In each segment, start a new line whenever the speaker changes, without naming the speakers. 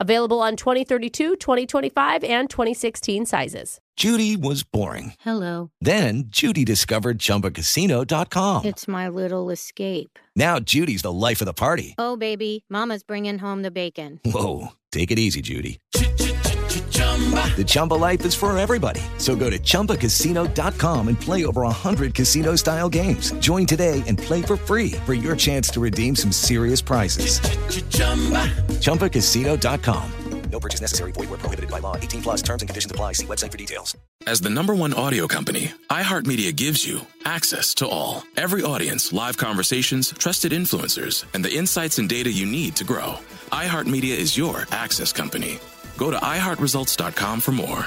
Available on 2032, 2025, and 2016 sizes.
Judy was boring.
Hello.
Then Judy discovered ChumbaCasino.com.
It's my little escape.
Now Judy's the life of the party.
Oh, baby, Mama's bringing home the bacon.
Whoa, take it easy, Judy. The Chumba life is for everybody. So go to ChumbaCasino.com and play over 100 casino style games. Join today and play for free for your chance to redeem some serious prizes. ChumbaCasino.com. No purchase necessary. Void where prohibited by law. 18 plus terms and conditions apply. See website for details.
As the number one audio company, iHeartMedia gives you access to all. Every audience, live conversations, trusted influencers, and the insights and data you need to grow. iHeartMedia is your access company. Go to iHeartResults.com for more.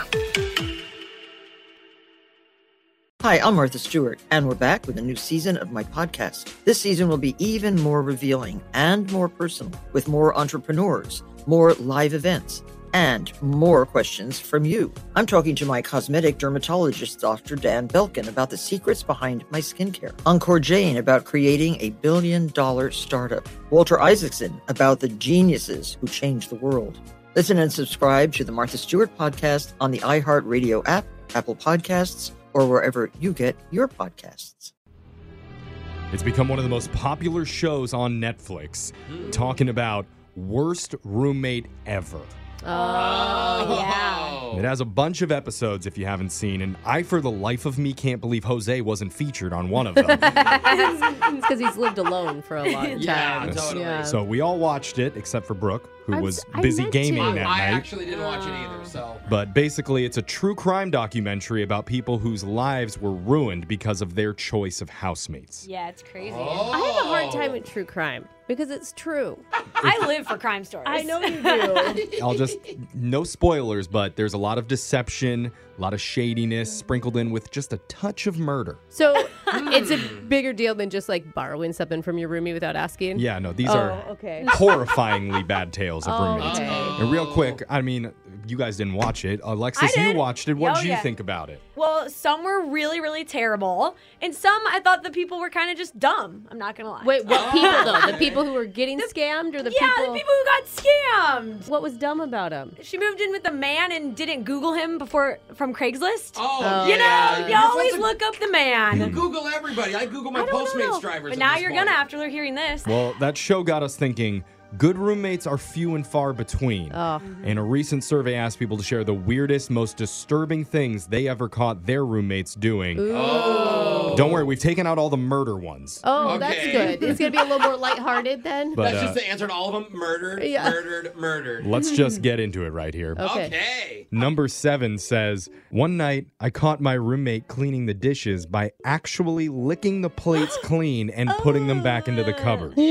Hi, I'm Martha Stewart, and we're back with a new season of my podcast. This season will be even more revealing and more personal, with more entrepreneurs, more live events, and more questions from you. I'm talking to my cosmetic dermatologist, Dr. Dan Belkin, about the secrets behind my skincare, Encore Jane about creating a billion dollar startup, Walter Isaacson about the geniuses who changed the world. Listen and subscribe to the Martha Stewart podcast on the iHeartRadio app, Apple Podcasts, or wherever you get your podcasts.
It's become one of the most popular shows on Netflix, talking about worst roommate ever.
Oh, yeah.
It has a bunch of episodes if you haven't seen, and I, for the life of me, can't believe Jose wasn't featured on one of them.
it's because he's lived alone for a long time.
Yeah, totally.
Yeah.
so we all watched it, except for Brooke, who
I'm
was
s- I
busy
meant
gaming
to.
that
I
night.
actually didn't watch it either, so.
But basically, it's a true crime documentary about people whose lives were ruined because of their choice of housemates.
Yeah, it's crazy.
Oh.
I have a hard time with true crime because it's true.
I live for crime stories.
I know you do.
I'll just, no spoilers, but there's a lot of deception, a lot of shadiness sprinkled in with just a touch of murder.
so
Hmm.
it's a bigger deal than just like borrowing something from your roomie without asking.
Yeah, no, these
Oh,
are
okay.
horrifyingly bad tales of
Oh,
roommates.
okay.
And real quick, I mean, you guys didn't watch it. Alexis, you
did.
watched it. What
Oh,
did you
yeah.
think about it?
Well, some were really, really terrible, and some I thought the people were kind of just dumb. I'm not gonna lie.
Wait,
Oh.
what people though? The people who were getting scammed or the
yeah,
people?
the people who got scammed.
What was dumb about them?
She moved in with a man and didn't Google him before from Craigslist.
Oh,
you know,
yeah.
you
You're
always
supposed
look up the
to
man.
Google everybody. I Google my
I don't
Postmates
know.
drivers.
But
in
now
this
you're
morning.
gonna after hearing this.
Well, that show got us thinking good roommates are few and far between.
Oh.
And a recent survey asked people to share the weirdest, most disturbing things they ever caught their roommates doing. Don't worry, we've taken out all the murder ones.
Oh, that's
Okay.
good. It's gonna be a little more lighthearted then.
But
That's
uh,
just the answer to all of them. Murdered,
Yeah.
murdered, murdered.
let's just get into it right here.
Okay.
Okay.
Number seven says, One night I caught my roommate cleaning the dishes by actually licking the plates clean and putting them back into the
Ah.
cupboard.
Oh,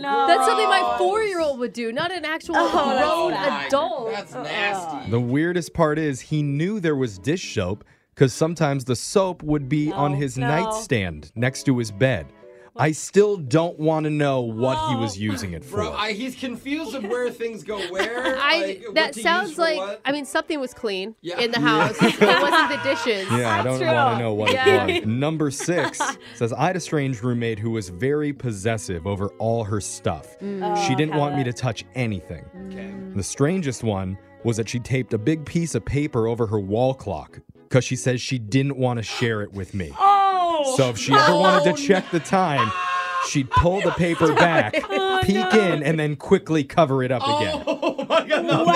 no.
That's something my four-year-old would do, not an actual grown
my-
adult.
That's nasty.
The weirdest part is he knew there was dish soap because sometimes the soap would be on his
no.
nightstand next to his bed. I still don't want to know what he
Oh.
was using it for.
Bro, I, he's confused of where things go where.
I
like, what
that
to use
sounds
for
like
what.
I mean something was clean
Yeah.
in the house. it wasn't the dishes.
yeah, I don't
true.
want to know what
Yeah.
it was. Number six says I had a strange roommate who was very possessive over all her stuff. she didn't want me to touch anything.
Okay.
The strangest one was that she taped a big piece of paper over her wall clock because she says she didn't want to share it with me.
Oh,
So if she ever wanted to check the time, she'd pull the paper back, peek in, and then quickly cover it up again.
Oh my god, no,
Wow.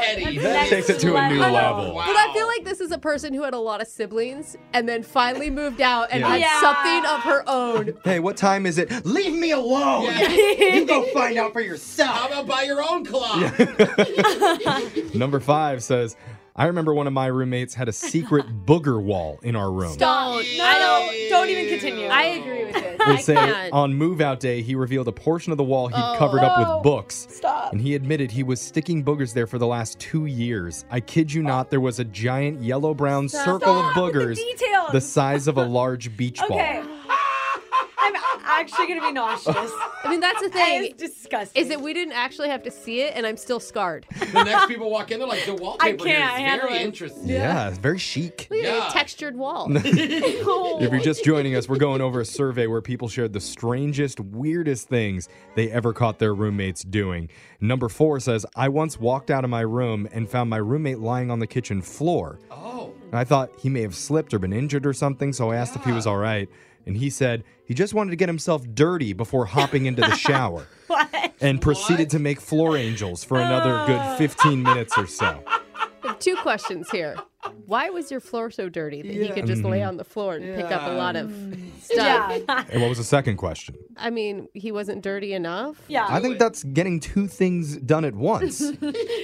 that is petty.
That's
That takes it to a new
level.
level.
But I feel like this is a person who had a lot of siblings and then finally moved out and
Yeah.
had
Yeah.
something of her own.
Hey, what time is it? Leave me alone!
you go find out for yourself. How about buy your own clock?
Number five says, I remember one of my roommates had a secret booger wall in our room.
Don't.
No, don't, don't even continue.
I agree with this.
They
I
say "Oh,
can't.
on move out day, he revealed a portion of the wall
Oh,
he'd covered up with books. Stop. And he admitted he was sticking boogers there for the last two years. I kid you not, there was a giant yellow brown circle of
Stop with the
boogers
details.
the size of a large beach
Okay.
ball.
I'm actually gonna be nauseous.
I mean, that's the
That is
thing.
disgusting.
Is that we didn't actually have to see it, and I'm still scarred.
The next people walk in, they're like, the wallpaper here
can't
is
handle
very
it."
interesting.
Yeah, it's very chic.
Look at
Yeah.
a textured wall.
If you're just joining us, we're going over a survey where people shared the strangest, weirdest things they ever caught their roommates doing. Number four says, I once walked out of my room and found my roommate lying on the kitchen floor.
Oh,
And I thought he may have slipped or been injured or something, so I asked if he was all right. And he said he just wanted to get himself dirty before hopping into the shower
what?
and proceeded to make floor angels for another good 15 minutes or so.
Two questions here. Why was your floor so dirty that he could just lay on the floor and pick up a lot of stuff?
Yeah.
And what was the second question?
I mean, he wasn't dirty enough.
Yeah.
I think that's getting two things done at once.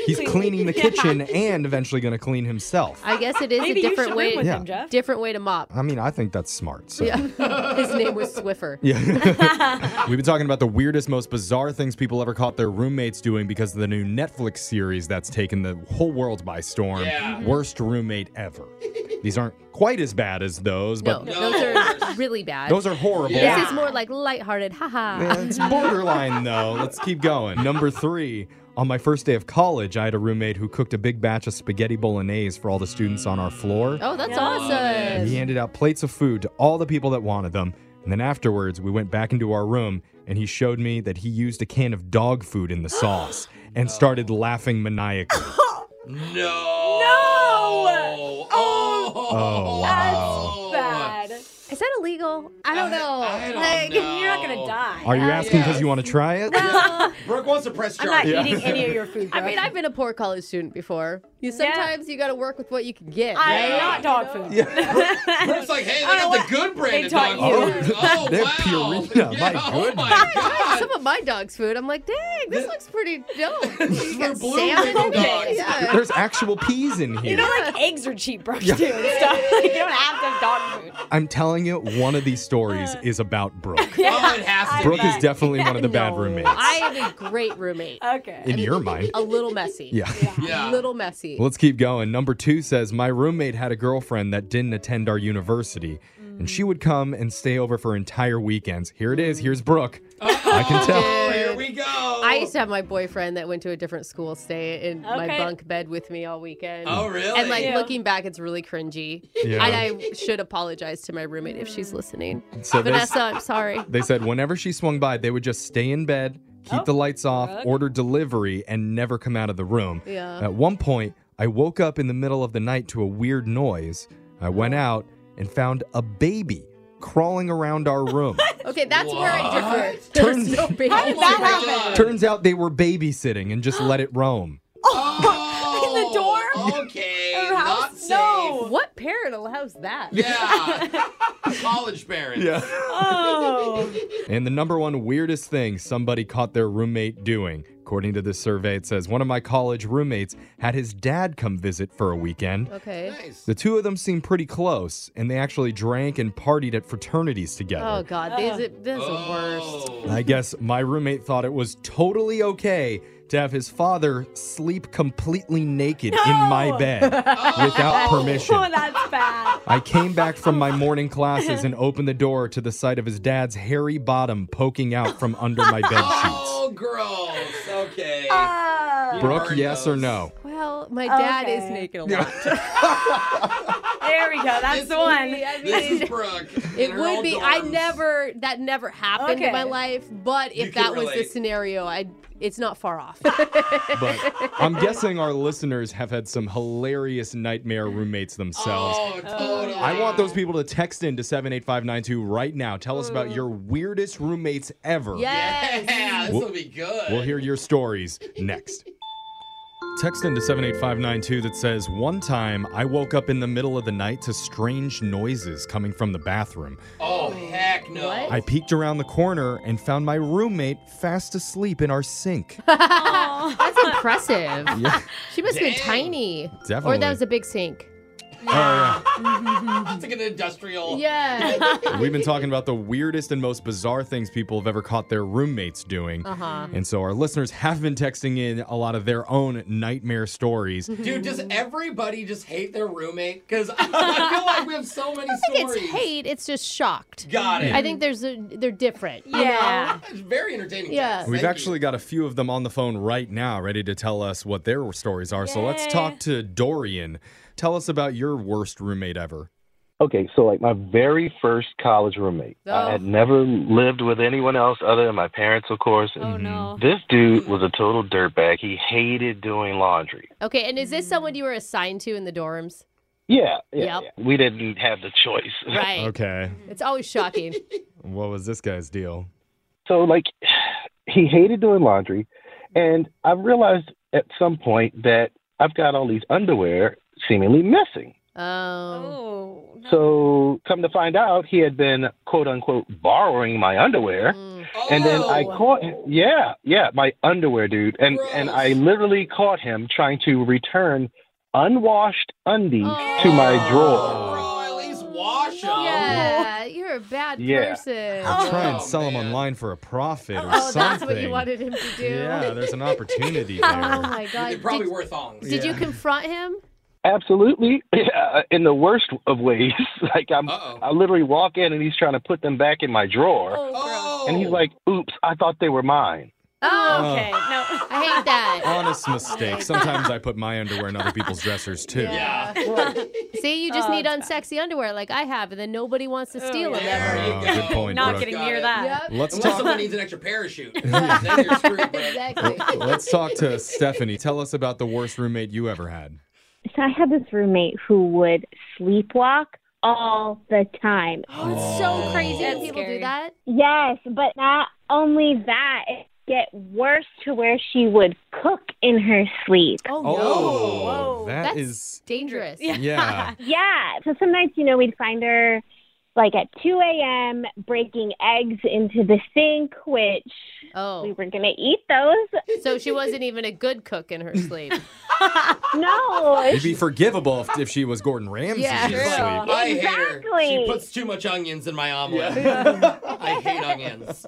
He's cleaning the kitchen and eventually going to clean himself.
I guess it is
Maybe
a
you
different
should
way
room with
Yeah.
him, Jeff.
different way to mop.
I mean, I think that's smart. So.
Yeah. His name was Swiffer.
Yeah. We've been talking about the weirdest, most bizarre things people ever caught their roommates doing because of the new Netflix series that's taken the whole world by storm.
Yeah.
Worst roommate ever. These aren't quite as bad as those,
No,
but
those are really bad.
those are horrible.
Yeah.
This is more like lighthearted. Haha.
Yeah, it's borderline though. Let's keep going. Number three. On my first day of college, I had a roommate who cooked a big batch of spaghetti bolognese for all the students on our floor.
Oh, that's
Yeah.
awesome.
He handed out plates of food to all the people that wanted them. And then afterwards, we went back into our room and he showed me that he used a can of dog food in the sauce and started laughing maniacally.
Oh,
no. No.
No.
Oh.
Oh, wow.
Bad.
Is that illegal? I don't know.
I don't
Like,
know.
you're not gonna die.
Are you asking because
yes.
you want to try it?
Brooke wants a press
I'm
charge.
not eating any of your food.
I
bro.
mean, I've been a poor college student before. You sometimes you got to work with what you can get.
I'm
Yeah.
not dog food.
Brooke's like, hey, they
I
got
don't
the
know
good brand
they
of
taught
dog
you.
food. Oh,
They're
wow.
Purina, my
oh
goodness.
my
right?
God.
Some of my dog's food. I'm like, dang, this looks pretty dope. You
where
got
blue
salmon
label
in it.
dogs-
Yeah.
There's actual peas in here.
You know, like eggs are cheap, bro. Too and stuff. Like, you don't have to have dog food.
I'm telling you, one of these
Uh,
stories is about Brooke.
Oh, it has to
Brooke
be.
is definitely one of the bad roommates.
I am a great roommate.
Okay.
in your mind.
A little messy.
Yeah.
yeah.
Little messy.
Let's keep going. Number two says My roommate had a girlfriend that didn't attend our university, and
Mm.
she would come and stay over for entire weekends. Here it is. Here's Brooke. I can tell.
Oh, here we go.
I used to have my boyfriend that went to a different school stay in my
Okay.
bunk bed with me all weekend.
Oh, really?
And like
Yeah.
looking back, it's really cringy.
Yeah.
And I should apologize to my roommate if she's listening.
So they,
Vanessa, I'm sorry.
they said whenever she swung by, they would just stay in bed, keep
Oh,
the lights off, order delivery, and never come out of the room.
Yeah.
At one point, I woke up in the middle of the night to a weird noise. I
Oh.
went out and found a baby crawling around our room.
Okay, that's where it differs.
Turns-
There's no baby.
How did that
God.
happen?
Turns out they were babysitting and just let it roam.
Oh,
In the door?
Okay.
Her
Not
house?
safe.
No.
What parent allows that?
Yeah. College parents.
Oh.
And the number one weirdest thing somebody caught their roommate doing, according to this survey, it says one of my college roommates had his dad come visit for a weekend.
Okay.
Nice.
The two of them seemed pretty close, and they actually drank and partied at fraternities together.
Oh God, these are, this is the worst.
I guess my roommate thought it was totally okay to have his father sleep completely naked in my bed without permission.
oh, that's bad.
I came back from my morning classes and opened the door to the sight of his dad's hairy bottom poking out from under my bed sheets.
Oh, gross. Okay.
Uh,
You
Brooke,
burn
yes or
those.
no?
Well, my dad is
Okay.
naked a lot.
there we go. That's
This
the
will
one.
be- I mean-
This is Brooke. in
It
her
would
old
be. I
dorms.
never. That never happened in my
Okay.
life. But
You
if
can
that was the
relate.
scenario, I. It's not far off.
But I'm guessing our listeners have had some hilarious nightmare roommates themselves.
Oh, totally.
I want those people to text in to 78592 right now. Tell us about your weirdest roommates ever.
yes.
Yeah, this will be good.
We'll hear your stories next. Text into 78592 that says, One time I woke up in the middle of the night to strange noises coming from the bathroom.
Oh, heck no.
I peeked around the corner and found my roommate fast asleep in our sink.
That's impressive.
Yeah.
She must have been tiny. Or
Definitely.
that was a big sink.
Oh, yeah.
It's like an industrial.
Yeah.
We've been talking about the weirdest and most bizarre things people have ever caught their roommates doing.
uh-huh.
And so our listeners have been texting in a lot of their own nightmare stories.
Mm-hmm.
Dude, does everybody just hate their roommate? Because I feel like we have so many stories.
It's hate, it's just shocked.
Got it.
I think there's a, they're different.
Yeah.
It's very entertaining.
Yeah.
text.
We've
Thank
actually got a few of them on the phone right now, ready to tell us what their stories are. So let's
Yay.
talk to Dorian. Tell us about your worst roommate ever.
Okay, so like my very first college roommate,
Oh.
I had never lived with anyone else other than my parents, of course.
Oh no.
This dude was a total dirtbag. He hated doing laundry.
Okay, and is this someone you were assigned to in the dorms?
Yeah, yeah,
Yep.
yeah. we didn't have the choice.
Right.
Okay.
It's always shocking.
What was this guy's deal?
So like, he hated doing laundry, and I realized at some point that I've got all these underwear seemingly missing.
Oh.
Oh. no.
So come to find out, he had been quote unquote borrowing my underwear.
Mm.
Oh,
And then I caught him. Yeah, yeah, my underwear dude. And and I
Gross.
literally caught him trying to return unwashed undies to
Oh.
my drawer.
Bro, at least wash them.
Yeah, you're a bad
Yeah.
person.
Or try and
Oh,
sell them
man.
online for a profit or
Oh,
something.
that's what you wanted him to do.
Yeah, there's an opportunity
Oh
there.
my
They
god.
probably
Did,
were thongs.
did you
Yeah.
confront him?
Absolutely, yeah, in the worst of ways. like I'm,
Uh-oh.
I literally walk in and he's trying to put them back in my drawer,
Oh.
and he's like, "Oops, I thought they were mine."
uh,
Oh,
Okay. No.
I hate that.
Honest mistake. Sometimes I put my underwear in other people's dressers too.
Yeah.
See, you just need unsexy underwear like I have, and then nobody wants to steal
Oh, yeah.
them
There
ever.
you
Oh,
go.
good point,
Not
Brooke.
getting
Got
near
it.
that.
Let's
Unless
talk.
someone needs an extra parachute. then you're screwed, bro.
Exactly.
Let's talk to Stephanie. Tell us about the worst roommate you ever had.
So I had this roommate who would sleepwalk all the time.
Oh, it's so crazy
That's
when people
scary.
do that.
Yes, but not only that, it get worse to where she would cook in her sleep.
Oh, no.
Oh, that
That's
is.
dangerous.
Yeah.
Yeah. So sometimes, you know, we'd find her like at 2 a.m. breaking eggs into the sink, which we
Oh.
were going to eat those.
So she wasn't even a good cook in her sleep.
No.
It'd be forgivable if, if she was Gordon Ramsay.
Yeah,
she's
true.
asleep.
I hate her. She
Exactly.
puts too much onions in my omelet. I hate onions.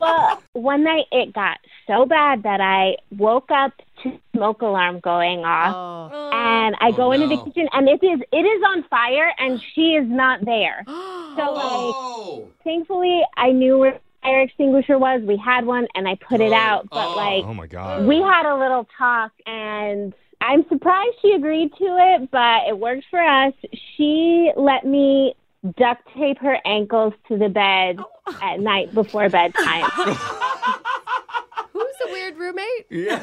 Well, one night it got so bad that I woke up to smoke alarm going off.
Oh.
and I
Oh,
go into
no.
the kitchen and it is it is on fire and she is not there. So like
Oh.
thankfully I knew where the fire extinguisher was. We had one and I put it
Good.
out. But
Oh.
like
Oh my God.
we had a little talk and I'm surprised she agreed to it, but it worked for us. She let me duct tape her ankles to the bed at night before bedtime.
Who's the weird roommate?
Yeah.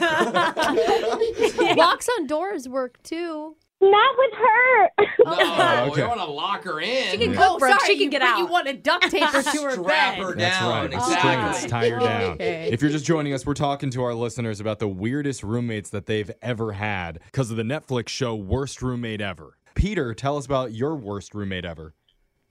Locks on doors work too.
not with her.
No,
Oh,
you
okay.
want to lock her in.
can
Oh,
go, Brooke.
sorry,
She can
you-
get
but
out.
You want to duct tape her to her
Strap
bed.
her
That's
down.
right.
Exactly.
Strings, tie her down.
Okay.
If you're just joining us, we're talking to our listeners about the weirdest roommates that they've ever had because of the Netflix show Worst Roommate Ever. Peter, tell us about your worst roommate ever.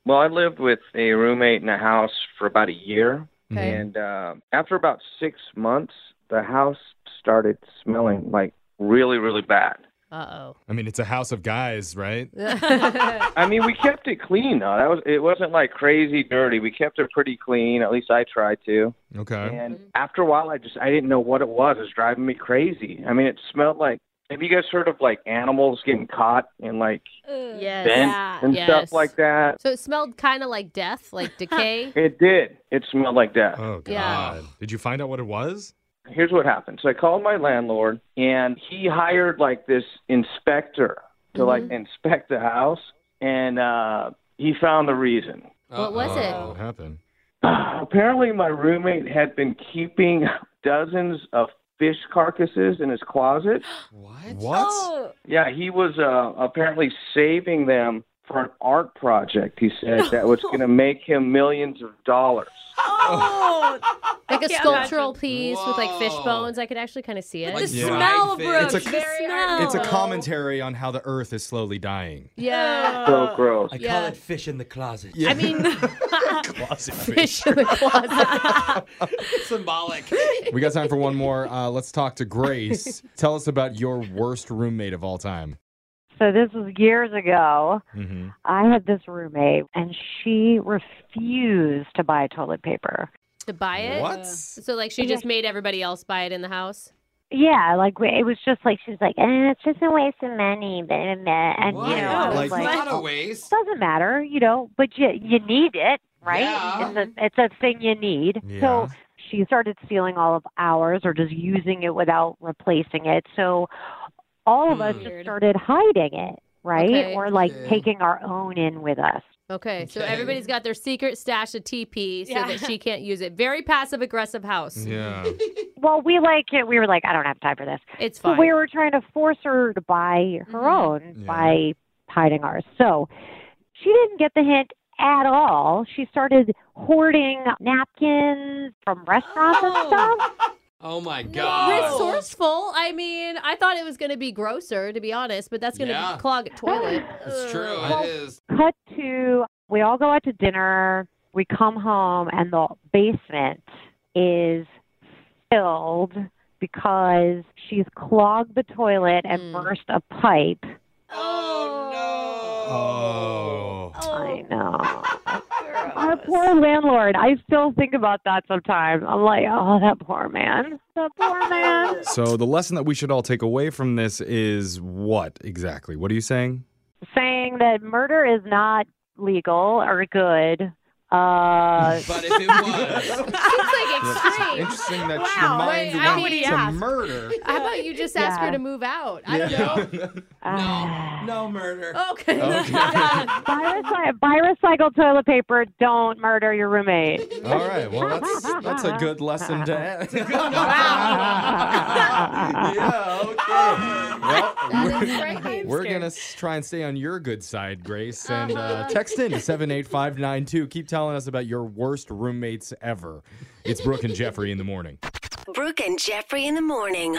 Well, I lived with a roommate in a house for about a year,
Okay.
and uh, after about six months, the house started smelling like really, really bad.
Uh
I mean, it's a house of guys, right?
oh.
I mean, we kept it clean though. That was it wasn't like crazy dirty. We kept it pretty clean. At least I tried to.
Okay.
And after a while, I just I didn't know what it was. It was driving me crazy. I mean, it smelled like. Have you guys heard of like animals getting caught in like
Yes.
vents and
Yes.
stuff like that?
So it smelled kind of like death, like decay.
It did. It smelled like that.
Oh, God.
Yeah.
Did you find out what it was?
here's what happened. So I called my landlord, and he hired like this inspector to like inspect the house, and uh, he found the reason.
What was
Oh,
it?
What happened?
Apparently, my roommate had been keeping dozens of fish carcasses in his closet.
What?
What?
Yeah, he was uh, apparently saving them for an art project. He said that was going to make him millions of dollars.
Oh,
like a
Okay,
sculptural piece with like fish bones. I could actually kind of see it.
With the Yeah. smell, Brooke, It's a- the It's a commentary on how the earth is slowly dying.
Yeah.
So
gross.
I
Yeah.
call it fish in the closet.
I mean,
Closet
fish in the closet.
Symbolic.
We got time for one more. Uh, let's talk to Grace. Tell us about your worst roommate of all time.
So this was years ago.
Mm-hmm.
I had this roommate, and she refused to buy toilet paper.
to buy it.
What?
So like she just made everybody else buy it in the house.
Yeah, like it was just like she was like, eh, it's just a waste of money, but and you know, I
Like,
was like, "Oh,
it's not a waste.
doesn't matter, you know, but you you need it, right?
Yeah.
It's a it's a thing you need.
Yeah.
So she started stealing all of ours or just using it without replacing it. So all of us
Hmm.
just started hiding it, right?
Okay.
Or like taking our own in with us.
Okay, so everybody's got their secret stash of TP so
Yeah.
that she can't use it. Very passive aggressive house.
Yeah.
Well, we like it. We were like, I don't have time for this.
It's
so
fine. Mm-hmm.
we were trying to force her to buy her own by hiding ours. So she didn't get the hint at all. She started hoarding napkins from restaurants and stuff.
Oh my god.
Resourceful. I mean, I thought it was going to be grosser, to be honest, but that's going to
Yeah.
clog a toilet.
It's true.
Well,
Oh.
It is.
Cut to we all go out to dinner. We come home and the basement is filled because she's clogged the toilet and
Mm.
burst a pipe.
Oh.
I know. Our poor landlord. I still think about that sometimes. I'm like, oh, that poor man. The poor
啊
man.
So the lesson that we should all take away from this is what exactly? What are you saying?
Saying that murder is not legal or good. Uh,
but if it was,
It's interesting that your
Wow.
mind
Wait, how
went
would he
to
ask?
murder.
How about you just ask her
Yeah.
to move out? I don't know.
no, no murder.
Okay.
Ah. buy, recy- buy recycled toilet paper. Don't murder your roommate.
All right. Well, that's that's a good lesson to end. We're going to try and stay on your good side, Grace. And uh, text in to 78592. Keep telling us about your worst roommates ever. It's Brooke and Jeffrey in the morning.
Brooke and Jeffrey in the morning.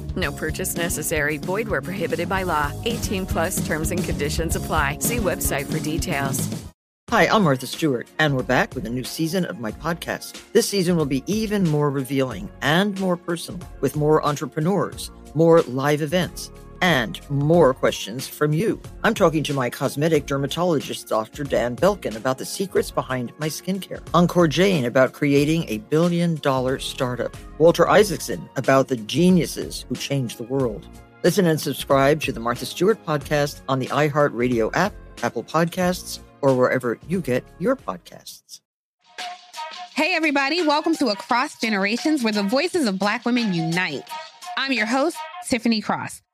No purchase necessary. Void where prohibited by law. 18 plus terms and conditions apply. See website for details.
Hi, I'm Martha Stewart, and we're back with a new season of my podcast. This season will be even more revealing and more personal with more entrepreneurs, more live events, and more questions from you. I'm talking to my cosmetic dermatologist, Dr. Dan Belkin, about the secrets behind my skincare, Encore Jane about creating a billion dollar startup, Walter Isaacson about the geniuses who changed the world. Listen and subscribe to the Martha Stewart podcast on the iHeartRadio app, Apple Podcasts, or wherever you get your podcasts.
Hey, everybody, welcome to Across Generations, where the voices of Black women unite. I'm your host, Tiffany Cross.